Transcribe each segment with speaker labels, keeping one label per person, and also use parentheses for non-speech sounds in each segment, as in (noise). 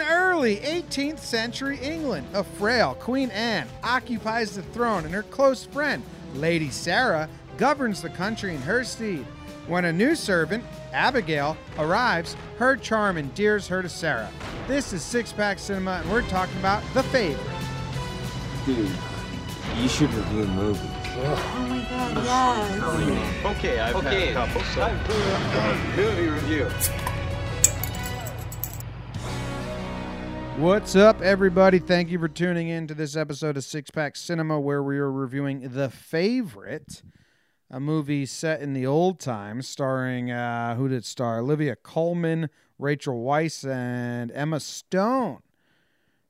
Speaker 1: early 18th century England, a frail Queen Anne occupies the throne, and her close friend, Lady Sarah, governs the country in her stead. When a new servant, Abigail, arrives, her charm endears her to Sarah. This is Six Pack Cinema, and we're talking about The Favorite.
Speaker 2: Dude, you should review movies.
Speaker 3: Oh my god, yes.
Speaker 4: Okay, I've had a couple, so. Movie review.
Speaker 1: What's up, everybody? Thank you for tuning in to this episode of Six Pack Cinema, where we are reviewing The Favorite, a movie set in the old times, starring uh, who did it star? Olivia Colman, Rachel Weisz, and Emma Stone.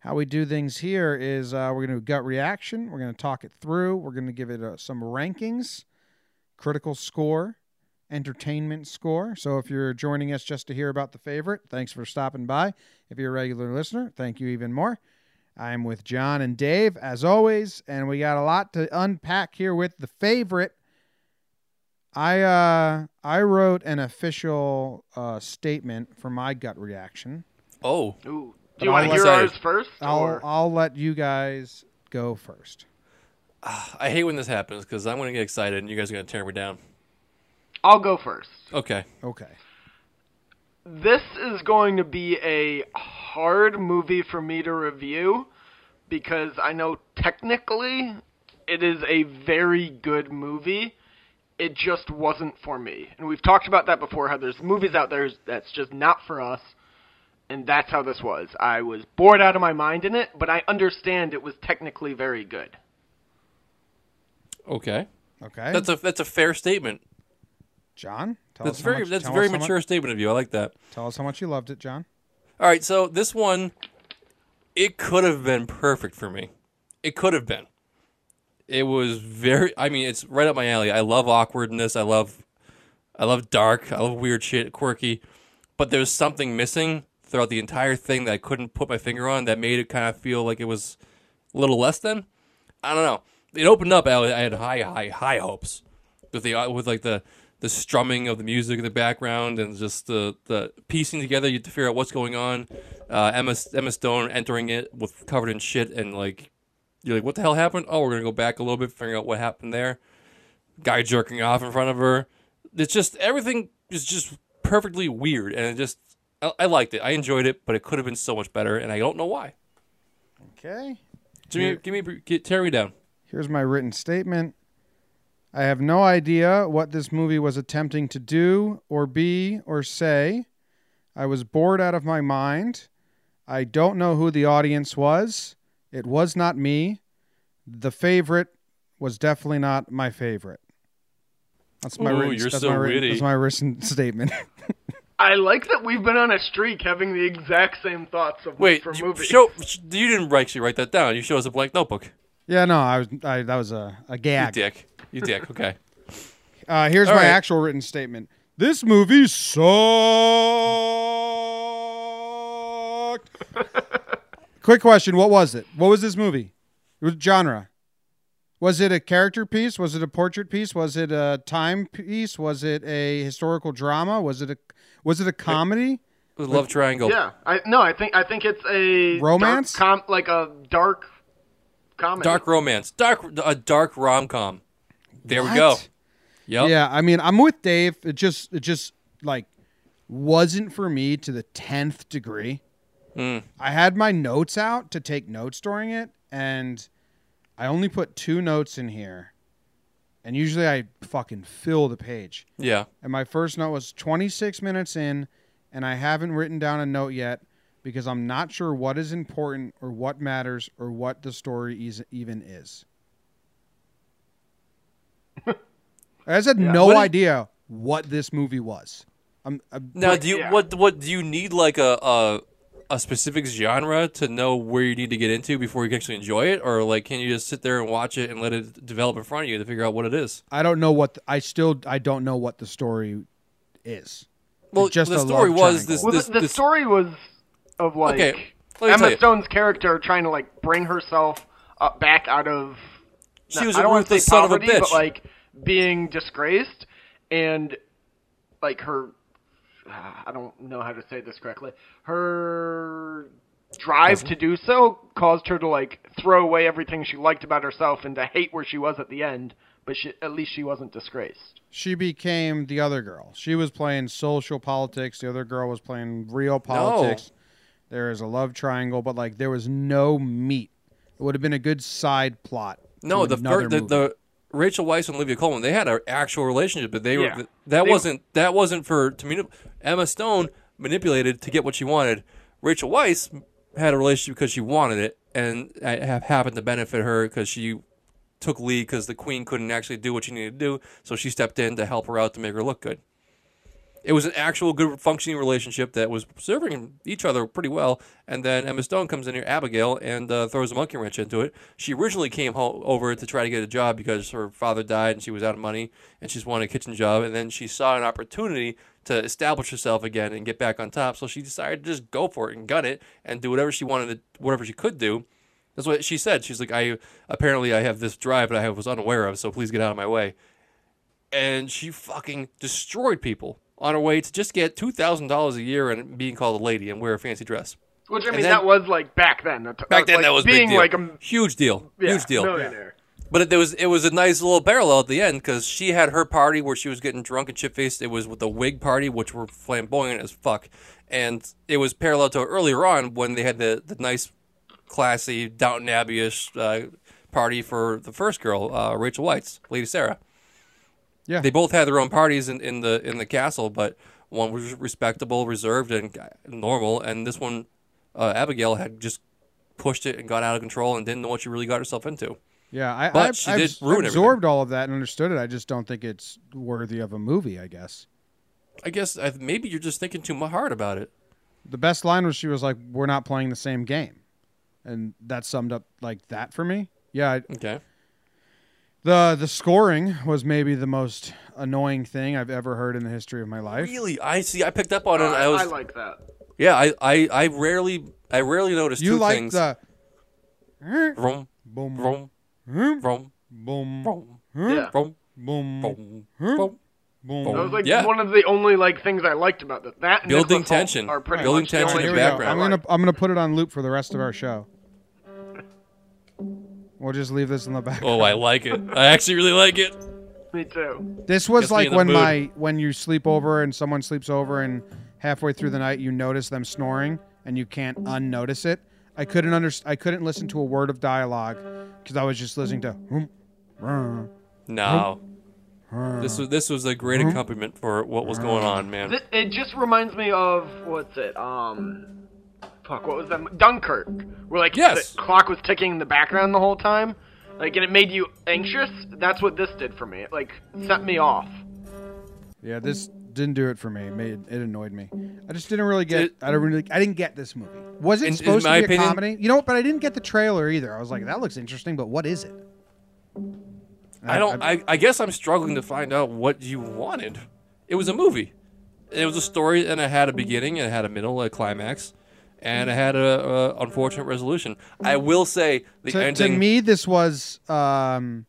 Speaker 1: How we do things here is uh, we're going to do gut reaction, we're going to talk it through, we're going to give it uh, some rankings, critical score, entertainment score. So if you're joining us just to hear about the favorite, thanks for stopping by. If you're a regular listener, thank you even more. I'm with John and Dave as always, and we got a lot to unpack here with the favorite. I uh I wrote an official uh, statement for my gut reaction.
Speaker 5: Oh,
Speaker 6: Ooh.
Speaker 5: But
Speaker 6: Do you want
Speaker 5: I'm
Speaker 6: to hear
Speaker 5: excited.
Speaker 6: ours first?
Speaker 1: I'll
Speaker 6: or-
Speaker 1: I'll let you guys go first.
Speaker 5: ah, I hate when this happens because I'm going to get excited and you guys are going to tear me down.
Speaker 6: I'll go first.
Speaker 5: Okay.
Speaker 1: Okay.
Speaker 6: This is going to be a hard movie for me to review because I know technically it is a very good movie. It just wasn't for me. And we've talked about that before how there's movies out there that's just not for us. And that's how this was. I was bored out of my mind in it, but I understand it was technically very good.
Speaker 5: Okay.
Speaker 1: Okay.
Speaker 5: That's a that's a fair statement.
Speaker 1: John, tell
Speaker 5: That's
Speaker 1: us
Speaker 5: very
Speaker 1: how much,
Speaker 5: that's
Speaker 1: tell
Speaker 5: very
Speaker 1: us how much-
Speaker 5: mature statement of you. I like that.
Speaker 1: tell us how much you loved it, John.
Speaker 5: All right, so this one, it could have been perfect for me. It could have been. It was very. I mean, it's right up my alley. I love awkwardness. I love, I love dark. I love weird shit, quirky. But there's something missing throughout the entire thing that I couldn't put my finger on that made it kind of feel like it was a little less than. I don't know. It opened up. I, I had high, high, high hopes with the uh, with like the the strumming of the music in the background and just the the piecing together. You have to figure out what's going on. Uh, Emma Emma Stone entering it with covered in shit and like you're like, what the hell happened? Oh, we're gonna go back a little bit, figure out what happened there. Guy jerking off in front of her. It's just everything is just perfectly weird, and it just I, I liked it. I enjoyed it, but it could have been so much better, and I don't know why.
Speaker 1: Okay.
Speaker 5: Jimmy, give me get, tear me down.
Speaker 1: Here's my written statement. I have no idea what this movie was attempting to do or be or say. I was bored out of my mind. I don't know who the audience was. It was not me. The favorite was definitely not my favorite. That's my
Speaker 5: Ooh,
Speaker 1: written,
Speaker 5: you're
Speaker 1: that's
Speaker 5: so
Speaker 1: my written,
Speaker 5: witty.
Speaker 1: that's my written (laughs) statement.
Speaker 6: I like that we've been on a streak having the exact same thoughts of
Speaker 5: Wait,
Speaker 6: for
Speaker 5: you-
Speaker 6: movies.
Speaker 5: show you didn't actually write that down. You showed us a blank notebook.
Speaker 1: yeah, no, I was I, that was a, a
Speaker 5: You
Speaker 1: gag.
Speaker 5: dick. You
Speaker 1: (laughs)
Speaker 5: dick. Okay.
Speaker 1: Uh, here's
Speaker 5: All
Speaker 1: my
Speaker 5: right.
Speaker 1: actual written statement. This movie
Speaker 5: (laughs)
Speaker 1: sucked. Quick question: What was it? What was this movie? It was genre. Was it a character piece? Was it a portrait piece? Was it a time piece? Was it a historical drama? Was it a was it a comedy?
Speaker 5: It was a love triangle.
Speaker 6: Yeah, I no, I think I think it's a dark
Speaker 1: Romance?
Speaker 6: com- like a dark comedy.
Speaker 5: Dark romance. Dark a dark rom com. There we go.
Speaker 1: What?
Speaker 5: Yep.
Speaker 1: Yeah, I mean, I'm with Dave. It just, it just like wasn't for me to the tenth degree.
Speaker 5: Hmm.
Speaker 1: I had my notes out to take notes during it, and I only put two notes in here. And usually, I fucking fill the page.
Speaker 5: Yeah.
Speaker 1: And my first note was 26 minutes in, and I haven't written down a note yet because I'm not sure what is important or what matters or what the story is, even is. I just had no
Speaker 5: What-
Speaker 1: idea what this movie was. I'm, I'm
Speaker 5: Now, do you
Speaker 6: yeah.
Speaker 5: what what do you need like a, a a specific genre to know where you need to get into before you can actually enjoy it, or like can you just sit there and watch it and let it develop in front of you to figure out what it is?
Speaker 1: I don't know what the- I still I don't know what the story is.
Speaker 5: Well,
Speaker 1: Just
Speaker 5: the
Speaker 1: a
Speaker 5: story
Speaker 1: love
Speaker 5: was
Speaker 1: triangle.
Speaker 5: this.
Speaker 6: Well,
Speaker 5: this,
Speaker 6: the, the
Speaker 5: this-
Speaker 6: story was of like
Speaker 5: Okay, let me tell
Speaker 6: Emma
Speaker 5: you.
Speaker 6: Stone's character trying to like bring herself uh, back out of.
Speaker 5: She was
Speaker 6: I
Speaker 5: a
Speaker 6: don't want to say
Speaker 5: ruthless son of a
Speaker 6: poverty, but
Speaker 5: bitch.
Speaker 6: like being disgraced and like her. I don't know how to say this correctly. Her drive to do so caused her to like throw away everything she liked about herself and to hate where she was at the end. But she, at least she wasn't disgraced.
Speaker 1: She became the other girl. She was playing social politics. The other girl was playing real politics. There is a love triangle, but like there was no meat. It would have been a good side plot.
Speaker 5: No,
Speaker 1: to
Speaker 5: the,
Speaker 1: another
Speaker 5: fir- the
Speaker 1: movie.
Speaker 5: the Rachel Weisz and Olivia Colman, they had an actual relationship, but they
Speaker 6: Yeah.
Speaker 5: were that
Speaker 6: They-
Speaker 5: wasn't that wasn't for to manip- Emma Stone manipulated to get what she wanted. Rachel Weisz had a relationship because she wanted it, and it ha- happened to benefit her because she took lead because the queen couldn't actually do what she needed to do, so she stepped in to help her out to make her look good. It was an actual good functioning relationship that was serving each other pretty well. And then Emma Stone comes in here, Abigail, and uh, throws a monkey wrench into it. She originally came ho over to try to get a job because her father died and she was out of money and she's wanted a kitchen job. And then she saw an opportunity to establish herself again and get back on top. So she decided to just go for it and gun it and do whatever she wanted, to, whatever she could do. That's what she said. She's like, I apparently I have this drive that I was unaware of, so please get out of my way. And she fucking destroyed people on her way to just get two thousand dollars a year and being called a lady and wear a fancy dress.
Speaker 6: Which I mean,
Speaker 5: then-
Speaker 6: that was like back then. That-
Speaker 5: Back then,
Speaker 6: like,
Speaker 5: that was a
Speaker 6: being
Speaker 5: big deal.
Speaker 6: like a
Speaker 5: huge deal,
Speaker 6: yeah,
Speaker 5: huge deal.
Speaker 6: millionaire.
Speaker 5: But it, there was it was a nice little parallel at the end because she had her party where she was getting drunk and shit faced. It was with the Whig party, which were flamboyant as fuck, and it was parallel to earlier on when they had the the nice, classy Downton Abbey ish uh, party for the first girl, uh, Rachel White's Lady Sarah.
Speaker 1: Yeah.
Speaker 5: they both had their own parties in, in the in the castle, but one was respectable, reserved, and normal, and this one, uh, Abigail had just pushed it and got out of control and didn't know what she really got herself into.
Speaker 1: Yeah, I,
Speaker 5: But
Speaker 1: I've,
Speaker 5: she
Speaker 1: I've
Speaker 5: did ruin
Speaker 1: absorbed all of that and understood it. I just don't think it's worthy of a movie. I guess
Speaker 5: I guess I, maybe you're just thinking too mu- hard about it.
Speaker 1: the best line was she was like, "We're not playing the same game," and that summed up like that for me. Yeah, I,
Speaker 5: Okay.
Speaker 1: the the scoring was maybe the most annoying thing I've ever heard in the history of my life.
Speaker 5: Really, I see. I picked up on it. and
Speaker 6: I,
Speaker 5: I was
Speaker 6: Uh, I like that.
Speaker 5: yeah. I, I, I rarely I rarely notice
Speaker 1: You
Speaker 5: two
Speaker 1: like
Speaker 5: things.
Speaker 1: the
Speaker 5: Vroom,
Speaker 1: boom
Speaker 5: vroom,
Speaker 1: vroom,
Speaker 5: vroom,
Speaker 1: boom
Speaker 5: vroom,
Speaker 6: Yeah.
Speaker 5: vroom,
Speaker 1: boom
Speaker 5: vroom,
Speaker 1: Hmm?
Speaker 5: vroom.
Speaker 1: boom.
Speaker 6: That was like
Speaker 5: Yeah.
Speaker 6: one of the only like things I liked about that. That and
Speaker 5: Building
Speaker 6: Nicholas Hoult
Speaker 5: tension.
Speaker 6: are pretty
Speaker 5: Building
Speaker 6: much the
Speaker 5: tension
Speaker 6: only
Speaker 5: in
Speaker 1: Here
Speaker 5: the
Speaker 1: we go.
Speaker 6: things I
Speaker 1: I'm
Speaker 5: background.
Speaker 1: gonna
Speaker 6: liked.
Speaker 1: I'm gonna put it on loop for the rest of our show. We'll just leave this in the background.
Speaker 5: Oh, I like it. I actually really like it.
Speaker 6: Me too.
Speaker 1: This was
Speaker 5: Gets me
Speaker 1: like
Speaker 5: in the
Speaker 1: when
Speaker 5: mood.
Speaker 1: my when you sleep over and someone sleeps over and halfway through the night you notice them snoring and you can't unnotice it. I couldn't under I couldn't listen to a word of dialogue because I was just listening to. "Hmm, rah,
Speaker 5: No.
Speaker 1: Hmm?
Speaker 5: This was this was a great accompaniment for what was going on, man.
Speaker 6: Th- It just reminds me of what's it? Um, fuck, what was that? mo- Dunkirk, where like
Speaker 5: Yes.
Speaker 6: the clock was ticking in the background the whole time, like and it made you anxious. That's what this did for me. It like set me off.
Speaker 1: Yeah, this didn't do it for me. It made it annoyed me. I just didn't really get.
Speaker 5: It-
Speaker 1: I don't really. I didn't get this movie. Was it
Speaker 5: In- in
Speaker 1: supposed
Speaker 5: my
Speaker 1: to be
Speaker 5: opinion-
Speaker 1: a comedy? You know what? But I didn't get the trailer either. I was like, that looks interesting, but what is it?
Speaker 5: I don't. I, I guess I'm struggling to find out what you wanted. It was a movie. It was a story, and it had a beginning, and it had a middle, a climax, and it had a, a unfortunate resolution. I will say the
Speaker 1: to, to
Speaker 5: ending.
Speaker 1: me, this was um,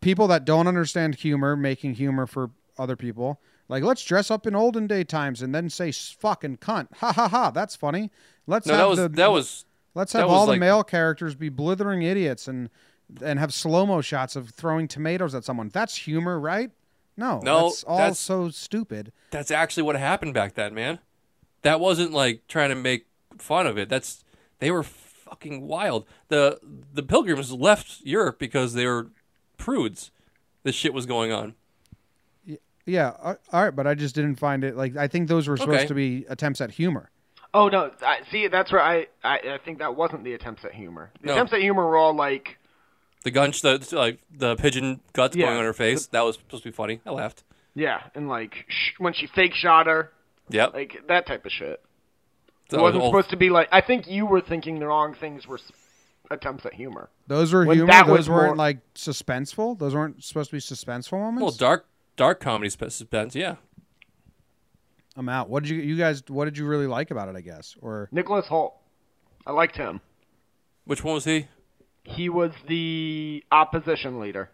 Speaker 1: people that don't understand humor making humor for other people. Like, let's dress up in olden day times and then say "S- fucking cunt. Ha ha ha. That's funny. Let's
Speaker 5: no,
Speaker 1: have
Speaker 5: that was
Speaker 1: the,
Speaker 5: that was
Speaker 1: Let's
Speaker 5: That
Speaker 1: have
Speaker 5: was
Speaker 1: all the
Speaker 5: like-
Speaker 1: male characters be blithering idiots and and have slow mo shots of throwing tomatoes at someone. That's humor, right? No,
Speaker 5: No,
Speaker 1: that's all
Speaker 5: that's-
Speaker 1: so stupid.
Speaker 5: that's actually what happened back then, man. That wasn't like trying to make fun of it. That's they were fucking wild. The the pilgrims left Europe because they were prudes. This shit was going on.
Speaker 1: Yeah, a- all right, but I just didn't find it like I think those were supposed
Speaker 5: Okay.
Speaker 1: to be attempts at humor.
Speaker 6: Oh no! I, see, that's where I, I I think that wasn't the attempts at humor. The
Speaker 5: No.
Speaker 6: attempts at humor were all like
Speaker 5: The gun, the like the pigeon guts
Speaker 6: Yeah.
Speaker 5: going on her face. That was supposed to be funny. I laughed.
Speaker 6: yeah, and like sh- when she fake shot her,
Speaker 5: Yep.
Speaker 6: like that type of shit.
Speaker 5: That
Speaker 6: it
Speaker 5: was
Speaker 6: wasn't
Speaker 5: all-
Speaker 6: supposed to be like. I think you were thinking the wrong things were s- attempts at humor.
Speaker 1: Those were
Speaker 6: When
Speaker 1: humor.
Speaker 6: that
Speaker 1: Those
Speaker 6: was
Speaker 1: weren't
Speaker 6: more-
Speaker 1: like suspenseful. Those weren't supposed to be suspenseful moments.
Speaker 5: well, dark dark comedy sp- suspense. Yeah.
Speaker 1: I'm out. What did you you guys? What did you really like about it? I guess or
Speaker 6: Nicholas Holt, I liked him.
Speaker 5: Which one was he?
Speaker 6: He was the opposition leader.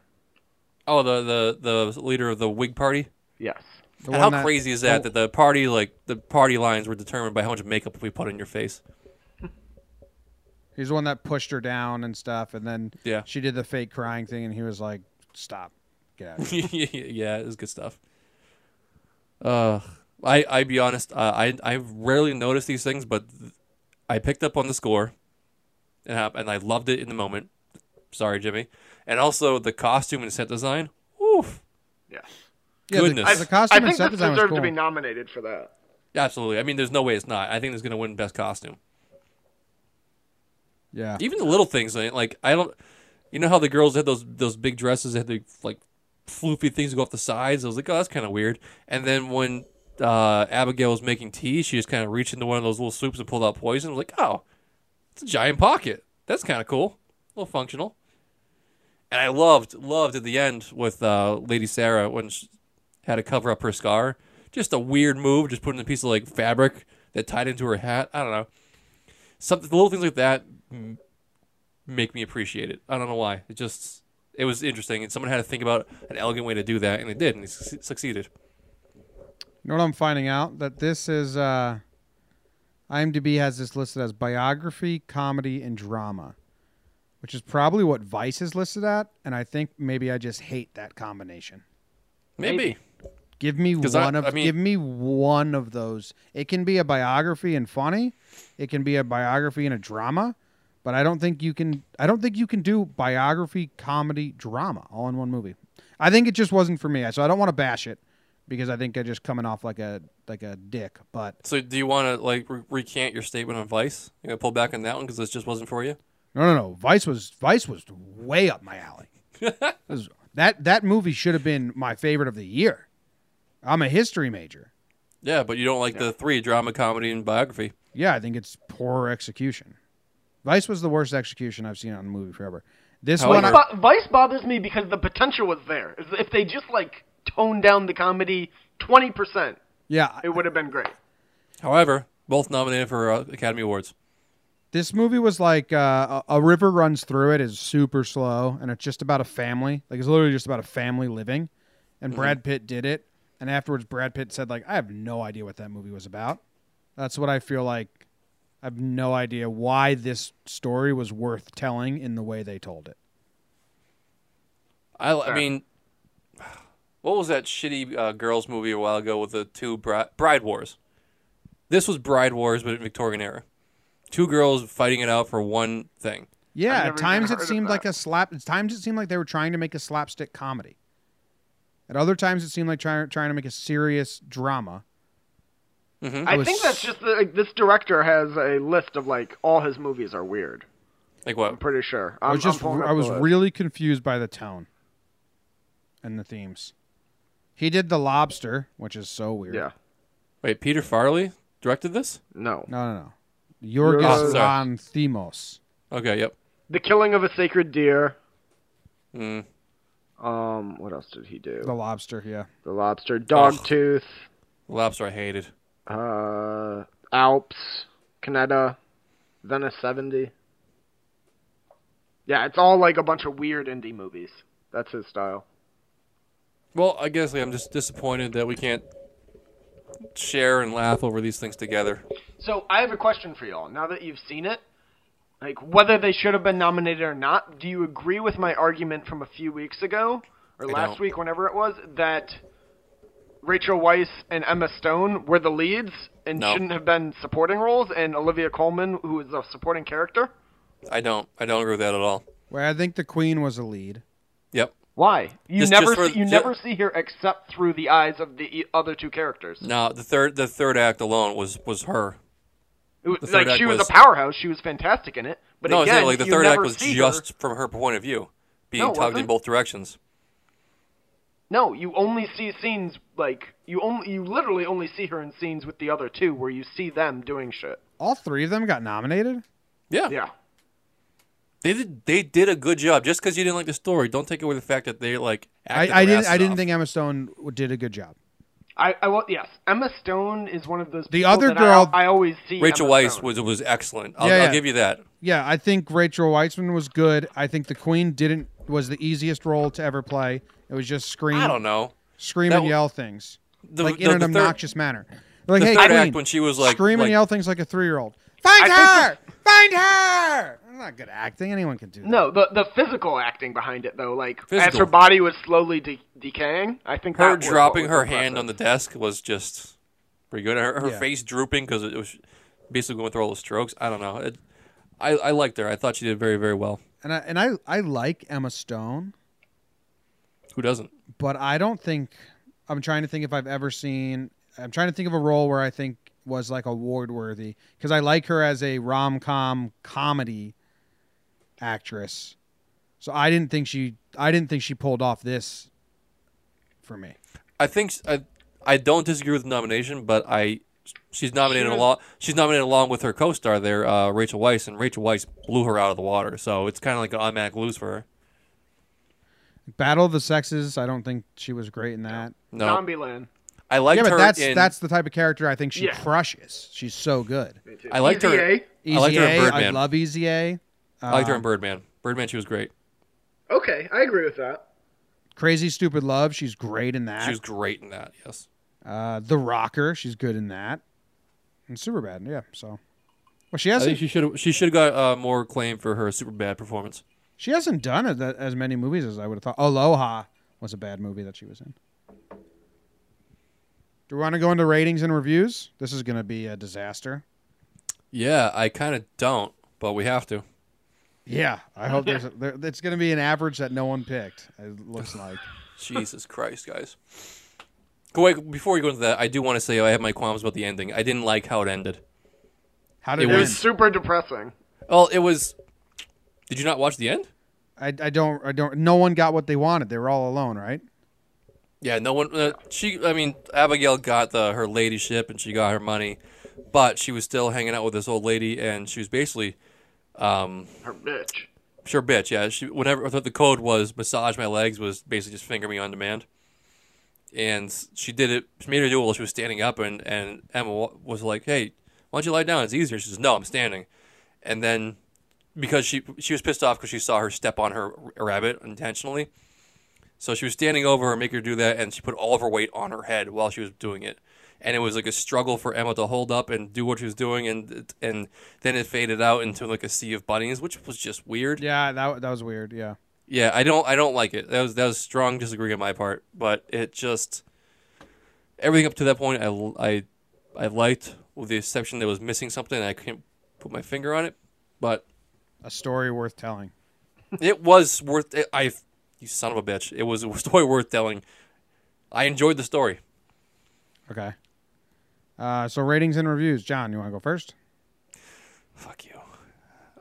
Speaker 5: Oh, the the the leader of the Whig Party.
Speaker 6: Yes.
Speaker 1: the
Speaker 5: And
Speaker 1: one
Speaker 5: how
Speaker 1: that-
Speaker 5: crazy is that? That the party like the party lines were determined by how much makeup we put on your face.
Speaker 1: He's the one that pushed her down and stuff, and then
Speaker 5: Yeah.
Speaker 1: she did the fake crying thing, and he was like, "Stop, get out." Of here.
Speaker 5: (laughs) yeah, it was good stuff. Uh, I I be honest, uh, I I rarely notice these things, but I picked up on the score, and I, and I loved it in the moment. Sorry, Jimmy, and also the costume and set design. Oof,
Speaker 6: Yeah.
Speaker 1: yeah, the-
Speaker 5: Goodness.
Speaker 1: The,
Speaker 5: I-
Speaker 1: costume
Speaker 6: I
Speaker 1: and
Speaker 6: think
Speaker 1: set
Speaker 6: this
Speaker 1: design was
Speaker 6: deserved
Speaker 1: cool.
Speaker 6: to be nominated for that.
Speaker 5: absolutely. I mean, there's no way it's not. I think it's gonna win best costume.
Speaker 1: yeah,
Speaker 5: Even the little things like- like I don't. You know how the girls had those those big dresses that had the like floofy things that go off the sides. I was like, oh, that's kind of weird. And then when uh, Abigail was making tea, she just kind of reached into one of those little soups and pulled out poison. I was like, oh, it's a giant pocket. That's kind of cool, a little functional. And I loved loved at the end with uh, Lady Sarah when she had to cover up her scar. Just a weird move, just putting a piece of like fabric that tied into her hat. I don't know. Something little things like that m- make me appreciate it. I don't know why. It just it was interesting, and someone had to think about an elegant way to do that, and they did, and they suc- succeeded.
Speaker 1: You know what I'm finding out? That this is uh IMDb has this listed as biography, comedy, and drama. Which is probably what Vice is listed at, and I think maybe I just hate that combination.
Speaker 5: Maybe.
Speaker 1: Give me
Speaker 5: 'Cause
Speaker 1: one
Speaker 5: I-
Speaker 1: of
Speaker 5: I mean-
Speaker 1: give me one of those. It can be a biography and funny. It can be a biography and a drama, but I don't think you can I don't think you can do biography, comedy, drama all in one movie. I think it just wasn't for me. So I don't want to bash it because I think I just coming off like a like a dick, but
Speaker 5: So, do you want to like re- recant your statement on Vice? You gonna pull back on that one because this just wasn't for you?
Speaker 1: No, no, no. Vice was Vice was way up my
Speaker 5: (laughs)
Speaker 1: alley. That was- that that movie should have been my favorite of the year. I'm a history major.
Speaker 5: Yeah, but you don't like the three drama, comedy, and biography.
Speaker 1: Yeah, I think it's poor execution. Vice was the worst execution I've seen on a movie forever. This
Speaker 5: However-
Speaker 1: one, I-
Speaker 6: Bo- Vice bothers me because the potential was there. If- If they just like toned down the comedy twenty percent,
Speaker 1: yeah,
Speaker 6: it would have been great.
Speaker 5: However, both nominated for uh, Academy Awards.
Speaker 1: this movie was like uh, a, a river runs through it is super slow, and it's just about a family. Like it's literally just about a family living, and Brad Pitt did it. And afterwards, Brad Pitt said, "Like I have no idea what that movie was about." That's what I feel like. I have no idea why this story was worth telling in the way they told it.
Speaker 5: I, I mean, what was that shitty uh, girls movie a while ago with the two bri- bride wars? This was bride wars, but in Victorian era. Two girls fighting it out for one thing.
Speaker 1: Yeah,
Speaker 6: never
Speaker 1: at
Speaker 6: even
Speaker 1: times
Speaker 6: heard
Speaker 1: it
Speaker 6: of
Speaker 1: seemed
Speaker 6: that.
Speaker 1: like a slap. At times it seemed like they were trying to make a slapstick comedy. At other times it seemed like trying trying to make a serious drama.
Speaker 6: I
Speaker 1: Mm-hmm. was-
Speaker 6: think that's just the, like, this director has a list of like all his movies are weird.
Speaker 5: Like what?
Speaker 6: Pretty sure.
Speaker 1: I
Speaker 6: I'm,
Speaker 1: was just
Speaker 6: I'm pulling up
Speaker 1: I was
Speaker 6: the list.
Speaker 1: really confused by the tone and the themes. He did the lobster, which is so weird.
Speaker 6: yeah.
Speaker 5: Wait, Peter Farley directed this?
Speaker 6: No.
Speaker 1: No, no, no. Yorgos
Speaker 6: Oh,
Speaker 5: sorry.
Speaker 1: Lanthimos.
Speaker 5: Okay, yep.
Speaker 6: The Killing of a Sacred Deer.
Speaker 5: Mm.
Speaker 6: Um, what else did he do?
Speaker 1: The lobster, yeah.
Speaker 6: The Lobster, Dogtooth,
Speaker 5: Lobster I hated.
Speaker 6: uh, Alps, Canada, Venice 70. Yeah, it's all like a bunch of weird indie movies. That's his style.
Speaker 5: Well, I guess like, I'm just disappointed that we can't share and laugh over these things together.
Speaker 6: So I have a question for y'all. Now that you've seen it, like whether they should have been nominated or not, do you agree with my argument from a few weeks ago or
Speaker 5: I
Speaker 6: last
Speaker 5: don't.
Speaker 6: week, whenever it was, that Rachel Weisz and Emma Stone were the leads and
Speaker 5: No.
Speaker 6: shouldn't have been supporting roles, and Olivia Colman, who is a supporting character?
Speaker 5: I don't. I don't agree with that at all.
Speaker 1: Where I think the queen was a lead.
Speaker 5: Yep.
Speaker 6: Why? You
Speaker 5: Just-
Speaker 6: never
Speaker 5: just for-
Speaker 6: see, you
Speaker 5: ju-
Speaker 6: never see her except through the eyes of the e- other two characters.
Speaker 5: No, the third the third act alone was was her.
Speaker 6: It was-
Speaker 5: the third
Speaker 6: like she
Speaker 5: act
Speaker 6: was,
Speaker 5: was-
Speaker 6: a powerhouse. She was fantastic in it. But
Speaker 5: no, I'm
Speaker 6: again,
Speaker 5: saying like the
Speaker 6: you
Speaker 5: third act
Speaker 6: never
Speaker 5: was
Speaker 6: see her-
Speaker 5: just from her point of view, being
Speaker 6: No, it
Speaker 5: tugged in
Speaker 6: wasn't.
Speaker 5: both directions.
Speaker 6: No, you only see scenes like you only you literally only see her in scenes with the other two where you see them doing shit.
Speaker 1: All three of them got nominated?
Speaker 5: Yeah.
Speaker 6: Yeah.
Speaker 5: They did they did a good job. Just because you didn't like the story, don't take away the fact that they like acted
Speaker 1: I, I
Speaker 5: their
Speaker 1: didn't
Speaker 5: asses
Speaker 1: I didn't
Speaker 5: off.
Speaker 1: think Emma Stone did a good job.
Speaker 6: I I will, yes, Emma Stone is one of those
Speaker 1: The
Speaker 6: people
Speaker 1: other
Speaker 6: that
Speaker 1: girl-
Speaker 6: I, I always see
Speaker 5: Rachel
Speaker 6: Emma
Speaker 5: Weisz
Speaker 6: Stone.
Speaker 5: was was excellent. I'll,
Speaker 1: Yeah, yeah.
Speaker 5: I'll give you that.
Speaker 1: Yeah, I think Rachel Weitzman was good. I think the queen didn't was the easiest role to ever play. It was just scream
Speaker 5: I don't know.
Speaker 1: scream
Speaker 5: That
Speaker 1: and
Speaker 5: w-
Speaker 1: yell things
Speaker 5: The,
Speaker 1: like
Speaker 5: the-
Speaker 1: in
Speaker 5: the
Speaker 1: an
Speaker 5: third-
Speaker 1: obnoxious manner. Like,
Speaker 5: the
Speaker 1: hey,
Speaker 5: third
Speaker 1: Queen,
Speaker 5: act when she was like
Speaker 1: scream
Speaker 5: like,
Speaker 1: and yell things like a three year old. Find
Speaker 5: I
Speaker 1: her! Find her! not good acting. Anyone can do that.
Speaker 6: No, the the physical acting behind it though, like as
Speaker 5: Physical.
Speaker 6: her body was slowly de- decaying, I think that
Speaker 5: her
Speaker 6: was what
Speaker 5: dropping
Speaker 6: was
Speaker 5: her
Speaker 6: impressive.
Speaker 5: hand on the desk was just pretty good. Her, her
Speaker 1: Yeah.
Speaker 5: face drooping because it was basically going through all the strokes. I don't know. It, I I liked her. I thought she did very very well.
Speaker 1: And I and I I like Emma Stone,
Speaker 5: Who doesn't?
Speaker 1: but I don't think I'm trying to think if I've ever seen. I'm trying to think of a role where I think was like award worthy because I like her as a rom com comedy actress. So I didn't think she I didn't think she pulled off this for me.
Speaker 5: I think s- I I don't disagree with the nomination, but I she's nominated along she's nominated along with her co-star there, uh, Rachel Weisz, and Rachel Weisz blew her out of the water. So it's kind of like an automatic lose for her.
Speaker 1: Battle of the Sexes. I don't think she was great in that.
Speaker 5: No,
Speaker 6: Zombieland.
Speaker 5: I liked
Speaker 1: yeah, but
Speaker 5: her.
Speaker 1: that's
Speaker 5: in,
Speaker 1: that's the type of character I think she
Speaker 6: Yeah.
Speaker 1: crushes. She's so good.
Speaker 5: I liked her.
Speaker 6: EVA?
Speaker 1: Easy
Speaker 5: I liked her in
Speaker 1: A, I
Speaker 5: Birdman.
Speaker 1: love Easy A.
Speaker 5: I liked her
Speaker 1: um,
Speaker 5: in Birdman. Birdman, she was great.
Speaker 6: Okay, I agree with that.
Speaker 1: Crazy Stupid Love. She's great in that.
Speaker 5: She was great in that. Yes.
Speaker 1: uh, the Rocker. She's good in that. And Superbad. Yeah. So, well, she
Speaker 5: I
Speaker 1: hasn't
Speaker 5: think she should she should have got uh, more acclaim for her super bad performance.
Speaker 1: she hasn't done as, as many movies as I would have thought. Aloha was a bad movie that she was in. Do we want to go into ratings and reviews? This is going to be a disaster.
Speaker 5: Yeah, I kind of don't, but we have to.
Speaker 1: Yeah, I hope (laughs) there's. A, there, it's going to be an average that no one picked. It looks like.
Speaker 5: Jesus Christ, guys. Go Wait, before we go into that, I do want to say I have my qualms about the ending. I didn't like how it ended.
Speaker 1: How did
Speaker 5: It
Speaker 1: it
Speaker 6: It
Speaker 5: was-
Speaker 6: was super depressing.
Speaker 5: Well, it was. Did you not watch the end?
Speaker 1: end? I, I don't. I don't. No one got what they wanted. They were all alone, right?
Speaker 5: Yeah, no one. Uh, she, I mean, Abigail got the her ladyship and she got her money, but she was still hanging out with this old lady, and she was basically, um,
Speaker 6: Her bitch.
Speaker 5: sure, bitch. Yeah, she whenever I thought the code was massage my legs was basically just finger me on demand, and she did it. She made her do it while she was standing up, and and Emma wa- was like, "Hey, why don't you lie down? It's easier." She says, "No, I'm standing," and then because she she was pissed off because she saw her step on her r- rabbit intentionally. So she was standing over her, make her do that, and she put all of her weight on her head while she was doing it. And it was like a struggle for Emma to hold up and do what she was doing, and and then it faded out into like a sea of bunnies, which was just weird.
Speaker 1: Yeah, that that was weird. Yeah.
Speaker 5: Yeah, I don't I don't like it. That was that was strong disagree on my part, but it just everything up to that point I I I liked with the exception there was missing something and I couldn't put my finger on it, but
Speaker 1: a story worth telling.
Speaker 5: it was worth it. I you son of a bitch. It was (laughs) a story worth telling. I enjoyed the story.
Speaker 1: Okay. Uh, so ratings and reviews. John, you want to go first?
Speaker 5: Fuck you.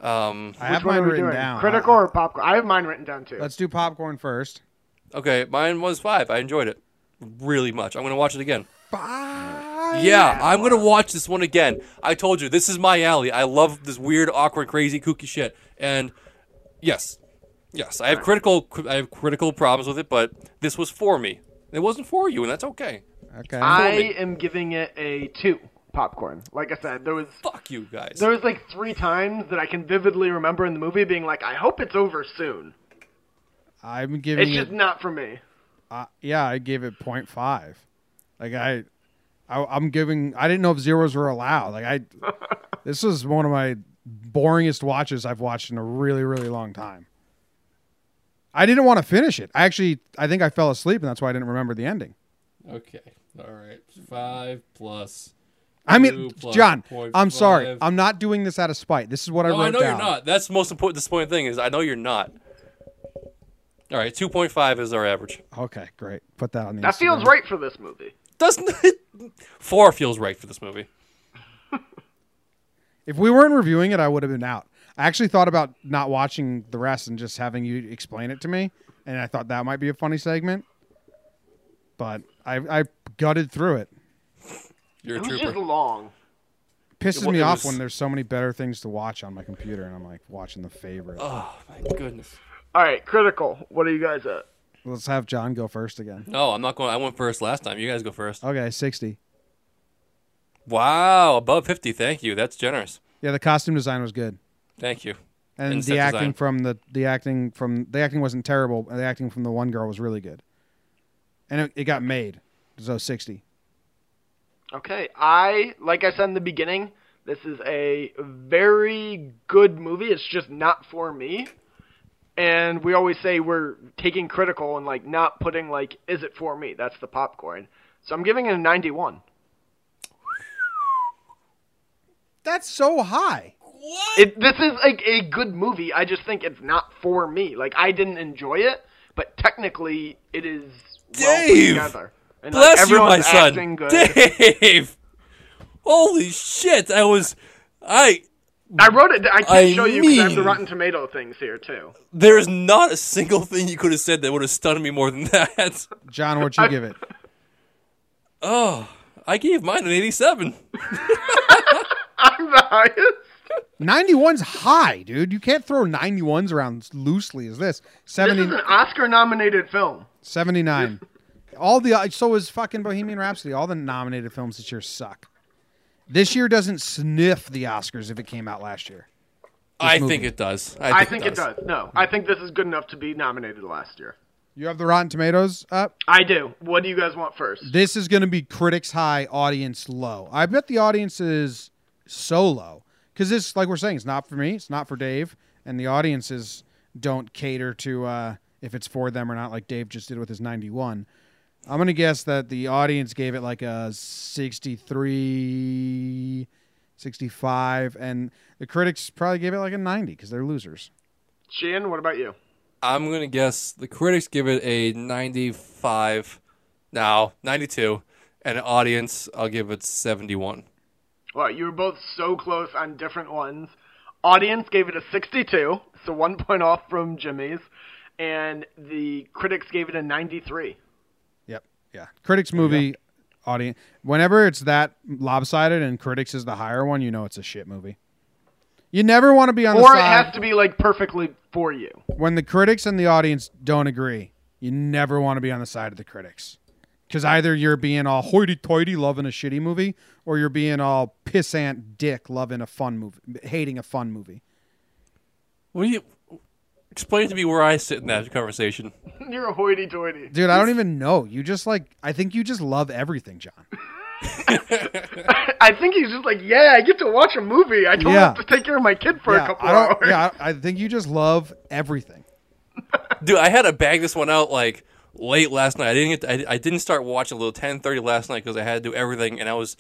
Speaker 5: Um
Speaker 1: I have
Speaker 6: Which one
Speaker 1: mine
Speaker 6: are we
Speaker 1: written
Speaker 6: doing?
Speaker 1: down.
Speaker 6: Critical
Speaker 1: Uh,
Speaker 6: or popcorn? I have mine written down too.
Speaker 1: let's do popcorn first.
Speaker 5: okay, mine was 5. I enjoyed it really much. I'm going to watch it again.
Speaker 1: Five.
Speaker 5: Yeah, I'm gonna watch this one again. I told you this is my alley. I love this weird, awkward, crazy, kooky shit. And yes, yes, I have critical, I have critical problems with it, but this was for me. It wasn't for you, and that's okay.
Speaker 1: Okay.
Speaker 6: I am giving it a two popcorn. Like I said, there was
Speaker 5: Fuck you guys.
Speaker 6: there was like three times that I can vividly remember in the movie being like, I hope it's over soon.
Speaker 1: I'm giving
Speaker 6: It's
Speaker 1: it.
Speaker 6: just not for me.
Speaker 1: uh, yeah, I gave it point five. Like I, I, am giving. I didn't know if zeros were allowed. Like I,
Speaker 6: (laughs)
Speaker 1: this is one of my boringest watches I've watched in a really, really long time. I didn't want to finish it. I actually, I think I fell asleep, and that's why I didn't remember the ending.
Speaker 5: okay, all right, five plus.
Speaker 1: I mean,
Speaker 5: Two plus
Speaker 1: John,
Speaker 5: point
Speaker 1: I'm sorry.
Speaker 5: five.
Speaker 1: I'm not doing this out of spite. This is what I
Speaker 5: No,
Speaker 1: wrote
Speaker 5: Oh, I know
Speaker 1: down.
Speaker 5: you're not. That's the most important. Disappointing thing is I know you're not. All right, two point five is our average.
Speaker 1: Okay, great. Put that on the.
Speaker 6: That feels
Speaker 1: Instagram.
Speaker 6: right for this movie.
Speaker 5: Doesn't it? Four feels right for this movie.
Speaker 1: If we weren't reviewing it, I would have been out. I actually thought about not watching the rest and just having you explain it to me, and I thought that might be a funny segment. But I, I gutted through it.
Speaker 5: You're a
Speaker 6: It was
Speaker 5: trooper.
Speaker 6: just long.
Speaker 1: Pisses
Speaker 5: It wa-
Speaker 1: me
Speaker 5: it
Speaker 1: off
Speaker 5: was-
Speaker 1: when there's so many better things to watch on my computer, and I'm like watching the favorite.
Speaker 5: Oh my goodness.
Speaker 6: All right, critical. What are you guys at?
Speaker 1: Let's have John go first again.
Speaker 5: No, I'm not going. I went first last time. You guys go first.
Speaker 1: Okay, sixty.
Speaker 5: Wow, above 50. Thank you. That's generous.
Speaker 1: Yeah, the costume design was good,
Speaker 5: Thank you.
Speaker 1: and,
Speaker 5: And
Speaker 1: the
Speaker 5: set
Speaker 1: acting
Speaker 5: design.
Speaker 1: from the the acting from the acting wasn't terrible. The acting from the one girl was really good, and it, it got made. So sixty.
Speaker 6: Okay, I like I said in the beginning, This is a very good movie. It's just not for me. And we always say we're taking critical and like not putting like is it for me? That's the popcorn. So I'm giving it a 91.
Speaker 1: That's so high.
Speaker 6: It this is like a good movie. I just think it's not for me. Like I didn't enjoy it, but technically it is well put
Speaker 5: Dave!
Speaker 6: together. And, like,
Speaker 5: Bless you, my
Speaker 6: everyone's acting
Speaker 5: son,
Speaker 6: good.
Speaker 5: Dave. Holy shit! I was, I
Speaker 6: I wrote it. I can't
Speaker 5: I
Speaker 6: show you because I have the
Speaker 5: mean-
Speaker 6: Rotten Tomato things here too. (laughs)
Speaker 5: there is not a single thing you could have said that would have stunned me more than (laughs) that.
Speaker 1: John, what you give it?
Speaker 5: Oh, I gave mine an eighty-seven.
Speaker 6: I'm the highest.
Speaker 1: 91's high, dude. You can't throw 91s around as loosely as this.
Speaker 6: This
Speaker 1: 70,
Speaker 6: is an Oscar-nominated film.
Speaker 1: 79. All the uh, so is fucking Bohemian Rhapsody. All the nominated films this year suck. This year doesn't sniff the Oscars if it came out last year.
Speaker 5: I
Speaker 1: movie.
Speaker 5: think it does.
Speaker 6: I think it does. No, I think this is good enough to be nominated last year.
Speaker 1: You have the Rotten Tomatoes up.
Speaker 6: I do. What do you guys want first?
Speaker 1: This is going to be critics high, audience low. I bet the audience is so low because this, like we're saying, it's not for me. It's not for Dave, and the audiences don't cater to uh, if it's for them or not. Like Dave just did with his ninety-one. I'm gonna guess that the audience gave it like a 63, 65, and the critics probably gave it like a 90 because they're losers.
Speaker 6: Sheehan, what about you?
Speaker 5: I'm gonna guess the critics give it a 95, now 92, and audience I'll give it 71.
Speaker 6: Wow, you were both so close on different ones. Audience gave it a 62, so one point off from Jimmy's, and the critics gave it a 93.
Speaker 1: Yep. Yeah. Critics movie audience. Whenever it's that lopsided and critics is the higher one, you know it's a shit movie. You never want to be on the
Speaker 6: Or it
Speaker 1: side
Speaker 6: has to be like perfectly for you. (laughs)
Speaker 1: when the critics and the audience don't agree. You never want to be on the side of the critics. Because either you're being all hoity-toity loving a shitty movie, or you're being all pissant dick loving a fun movie, hating a fun movie.
Speaker 5: What do you explain to me where I sit in that conversation?
Speaker 6: You're a hoity-toity.
Speaker 1: Dude, I don't even know. You just like, I think you just love everything, John.
Speaker 6: I think he's just like, yeah, I get to watch a movie. I don't
Speaker 1: Yeah.
Speaker 6: have to take care of my kid for
Speaker 1: yeah,
Speaker 6: a couple
Speaker 1: I don't,
Speaker 6: hours.
Speaker 1: yeah, I I think you just love everything.
Speaker 5: Dude, I had to bag this one out like late last night. I didn't get to, I, I didn't start watching until 10:30 last night because I had to do everything and I was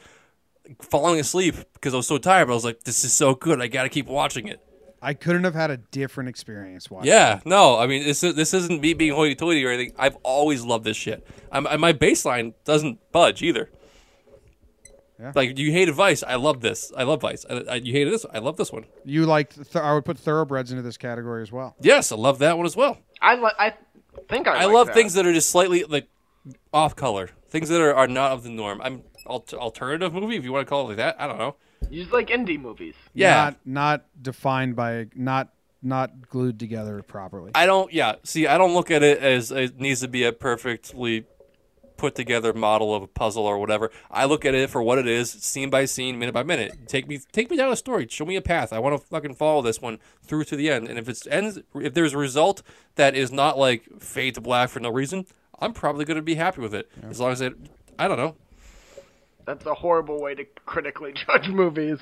Speaker 5: falling asleep because I was so tired. But I was like, this is so good. I got to keep watching it.
Speaker 1: I couldn't have had a different experience watching.
Speaker 5: Yeah, no, I mean this is, this isn't me being hoity-toity or anything. I've always loved this shit. I'm, I, my baseline doesn't budge either.
Speaker 1: Yeah.
Speaker 5: Like you hated Vice, I love this. I love Vice. I, I, you hated this, I love this one.
Speaker 1: You like, th- I would put thoroughbreds into this category as well.
Speaker 5: Yes, I love that one as well.
Speaker 6: (laughs) I, li- I think I
Speaker 5: I
Speaker 6: like
Speaker 5: love
Speaker 6: that.
Speaker 5: things that are just slightly like off color, things that are, are not of the norm. I'm alt- alternative movie if you want to call it like that. I don't know.
Speaker 6: You just like indie movies.
Speaker 5: Yeah,
Speaker 1: Not, not defined by, not, not glued together properly.
Speaker 5: I don't. Yeah, see, I don't look at it as it needs to be a perfectly put together model of a puzzle or whatever. I look at it for what it is, scene by scene, minute by minute. Take me, take me down a story. Show me a path. I want to fucking follow this one through to the end. And if it's ends, if there's a result that is not like fade to black for no reason, I'm probably gonna be happy with it as long as it. I don't know.
Speaker 6: That's a horrible way to critically (laughs) judge movies.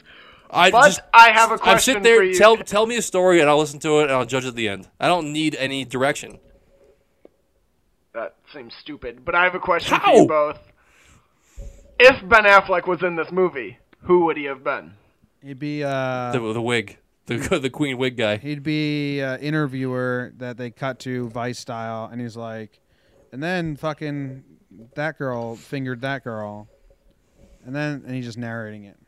Speaker 5: I
Speaker 6: But
Speaker 5: just,
Speaker 6: I have a
Speaker 5: I
Speaker 6: question
Speaker 5: sit there.
Speaker 6: for you.
Speaker 5: Tell tell me a story, and I'll listen to it, and I'll judge at the end. I don't need any direction.
Speaker 6: That seems stupid, but I have a question
Speaker 5: How?
Speaker 6: for you both. If Ben Affleck was in this movie, who would he have been?
Speaker 1: It'd be, uh,
Speaker 5: The, the wig, the the (laughs) queen wig guy.
Speaker 1: he'd be an interviewer that they cut to Vice style, and he's like, and then fucking that girl fingered that girl, and then and he's just narrating it,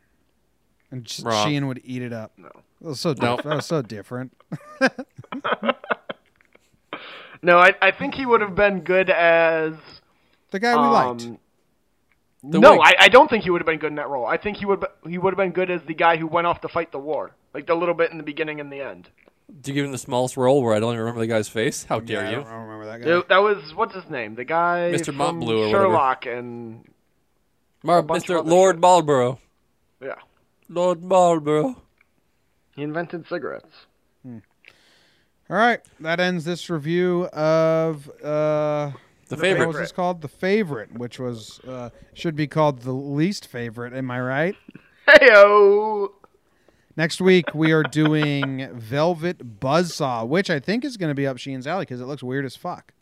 Speaker 1: and just,
Speaker 5: Wrong.
Speaker 1: Sheehan would eat it up. No, that was so diff-
Speaker 5: Nope.
Speaker 1: that was so different.
Speaker 6: No, I, I think he would have been good as.
Speaker 1: The guy we liked.
Speaker 6: Um, no,
Speaker 5: wig.
Speaker 6: I, I don't think he would have been good in that role. I think he would he would have been good as the guy who went off to fight the war, like the little bit in the beginning and the end.
Speaker 5: Do you give him the smallest role where I don't even remember the guy's face? How dare
Speaker 1: I
Speaker 5: you?
Speaker 1: don't, I don't remember that guy.
Speaker 6: That was what's his name, the guy
Speaker 5: Mr.
Speaker 6: from
Speaker 5: Montblu or whatever.
Speaker 6: Sherlock, and
Speaker 5: Mar-
Speaker 6: bunch
Speaker 5: Mr.
Speaker 6: of other
Speaker 5: Lord
Speaker 6: shit.
Speaker 5: Marlborough.
Speaker 6: yeah,
Speaker 5: Lord Marlborough.
Speaker 6: he invented cigarettes.
Speaker 1: All right, that ends this review of uh,
Speaker 5: The
Speaker 1: what
Speaker 5: favorite.
Speaker 1: was this called? The favorite, which was uh, should be called the least favorite. Am I right?
Speaker 6: Heyo.
Speaker 1: Next week we are doing Velvet Buzzsaw, which I think is going to be up Sheen's alley because it looks weird as fuck.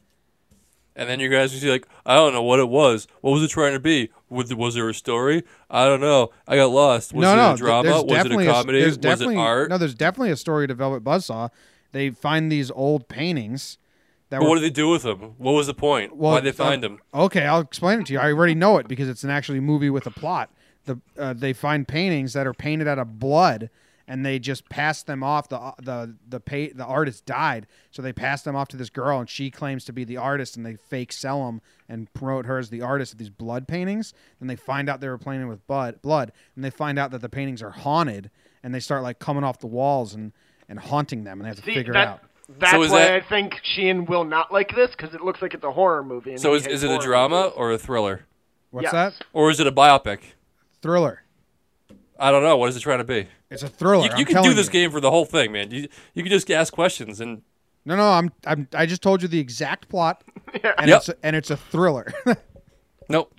Speaker 5: And then you guys will see like, I don't know what it was. What was it trying to be? Was, was there a story? I don't know. I got lost. Was
Speaker 1: no,
Speaker 5: it
Speaker 1: no,
Speaker 5: a
Speaker 1: th-
Speaker 5: drama?
Speaker 1: there's
Speaker 5: Was it
Speaker 1: definitely
Speaker 5: a comedy?
Speaker 1: there's
Speaker 5: was
Speaker 1: definitely
Speaker 5: it art?
Speaker 1: no, there's definitely a story to Velvet Buzzsaw. They find these old paintings that
Speaker 5: but
Speaker 1: were
Speaker 5: what did they do with him? What was the point?
Speaker 1: Well,
Speaker 5: Why they
Speaker 1: uh,
Speaker 5: find him?
Speaker 1: Okay, I'll explain it to you. I already know it because it's an actually movie with a plot. The uh, they find paintings that are painted out of blood, and they just pass them off. the uh, the the pa- The artist died, so they pass them off to this girl, and she claims to be the artist, and they fake sell them and promote her as the artist of these blood paintings. Then they find out they were painted with blood, blood, and they find out that the paintings are haunted, and they start like coming off the walls and and haunting them, and they have to
Speaker 6: See,
Speaker 1: figure it
Speaker 6: that-
Speaker 1: out.
Speaker 6: That's
Speaker 5: So
Speaker 6: why
Speaker 5: is that-
Speaker 6: I think Sheehan will not like this because it looks like it's a horror movie. and
Speaker 5: So
Speaker 6: he
Speaker 5: is,
Speaker 6: hates
Speaker 5: is it a
Speaker 6: horror
Speaker 5: drama
Speaker 6: (laughs)
Speaker 5: or a thriller?
Speaker 1: What's
Speaker 6: Yes.
Speaker 1: that?
Speaker 5: Or is it a biopic?
Speaker 1: Thriller.
Speaker 5: I don't know. What is it trying to be?
Speaker 1: It's a thriller.
Speaker 5: You,
Speaker 1: I'm
Speaker 5: you can
Speaker 1: telling
Speaker 5: do this
Speaker 1: you.
Speaker 5: game for the whole thing, man. You, you can just ask questions and
Speaker 1: No, no, I'm, I'm, I just told you the exact plot, and
Speaker 5: Yep.
Speaker 1: it's, a, and it's a thriller. (laughs)
Speaker 5: nope.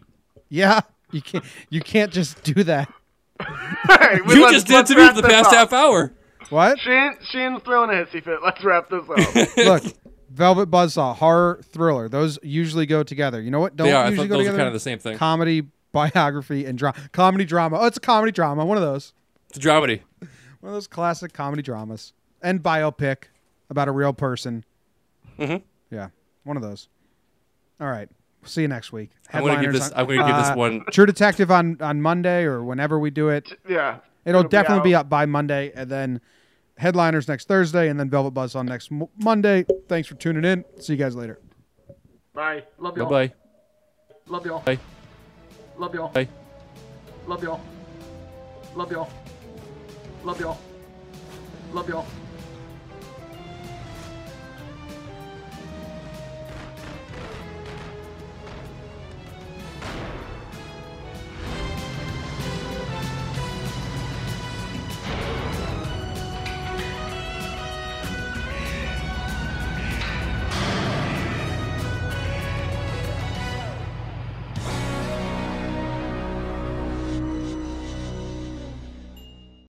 Speaker 1: yeah, you can't, you can't just do that.
Speaker 6: movies. All right, we-
Speaker 5: You
Speaker 6: let's-
Speaker 5: just did it
Speaker 6: let's
Speaker 5: to me
Speaker 6: wrap
Speaker 5: for the
Speaker 6: this
Speaker 5: past
Speaker 6: up.
Speaker 5: half hour.
Speaker 1: What?
Speaker 6: Sheehan, Sheehan's throwing a hissy fit. Let's wrap this up.
Speaker 5: (laughs)
Speaker 1: Look, Velvet Buzzsaw, horror, thriller. Those usually go together. You know what? Don't
Speaker 5: They are. I
Speaker 1: usually
Speaker 5: thought
Speaker 1: go
Speaker 5: those are
Speaker 1: together.
Speaker 5: kind of the same thing.
Speaker 1: Comedy, biography, and drama. Comedy drama. Oh, it's a comedy drama. One of those.
Speaker 5: It's a dramedy.
Speaker 1: One of those classic comedy dramas and biopic about a real person. Mm-hmm. Yeah, one of those. All right. See you next week.
Speaker 5: I'm gonna give
Speaker 1: Headliners
Speaker 5: this.
Speaker 1: on-
Speaker 5: I'm gonna give
Speaker 1: Uh,
Speaker 5: this one.
Speaker 1: True Detective on on Monday or whenever we do it.
Speaker 6: yeah.
Speaker 1: It'll,
Speaker 6: It'll be
Speaker 1: definitely be,
Speaker 6: out.
Speaker 1: up by Monday, and then headliners next Thursday, and then Velvet Buzz on next Mo- Monday. Thanks for tuning in. See you guys later.
Speaker 6: Bye. Love
Speaker 5: Bye
Speaker 6: y'all.
Speaker 5: bye.
Speaker 6: Love y'all.
Speaker 5: Bye.
Speaker 6: Love y'all.
Speaker 5: Bye.
Speaker 6: Love y'all. Love y'all. Love y'all. Love y'all.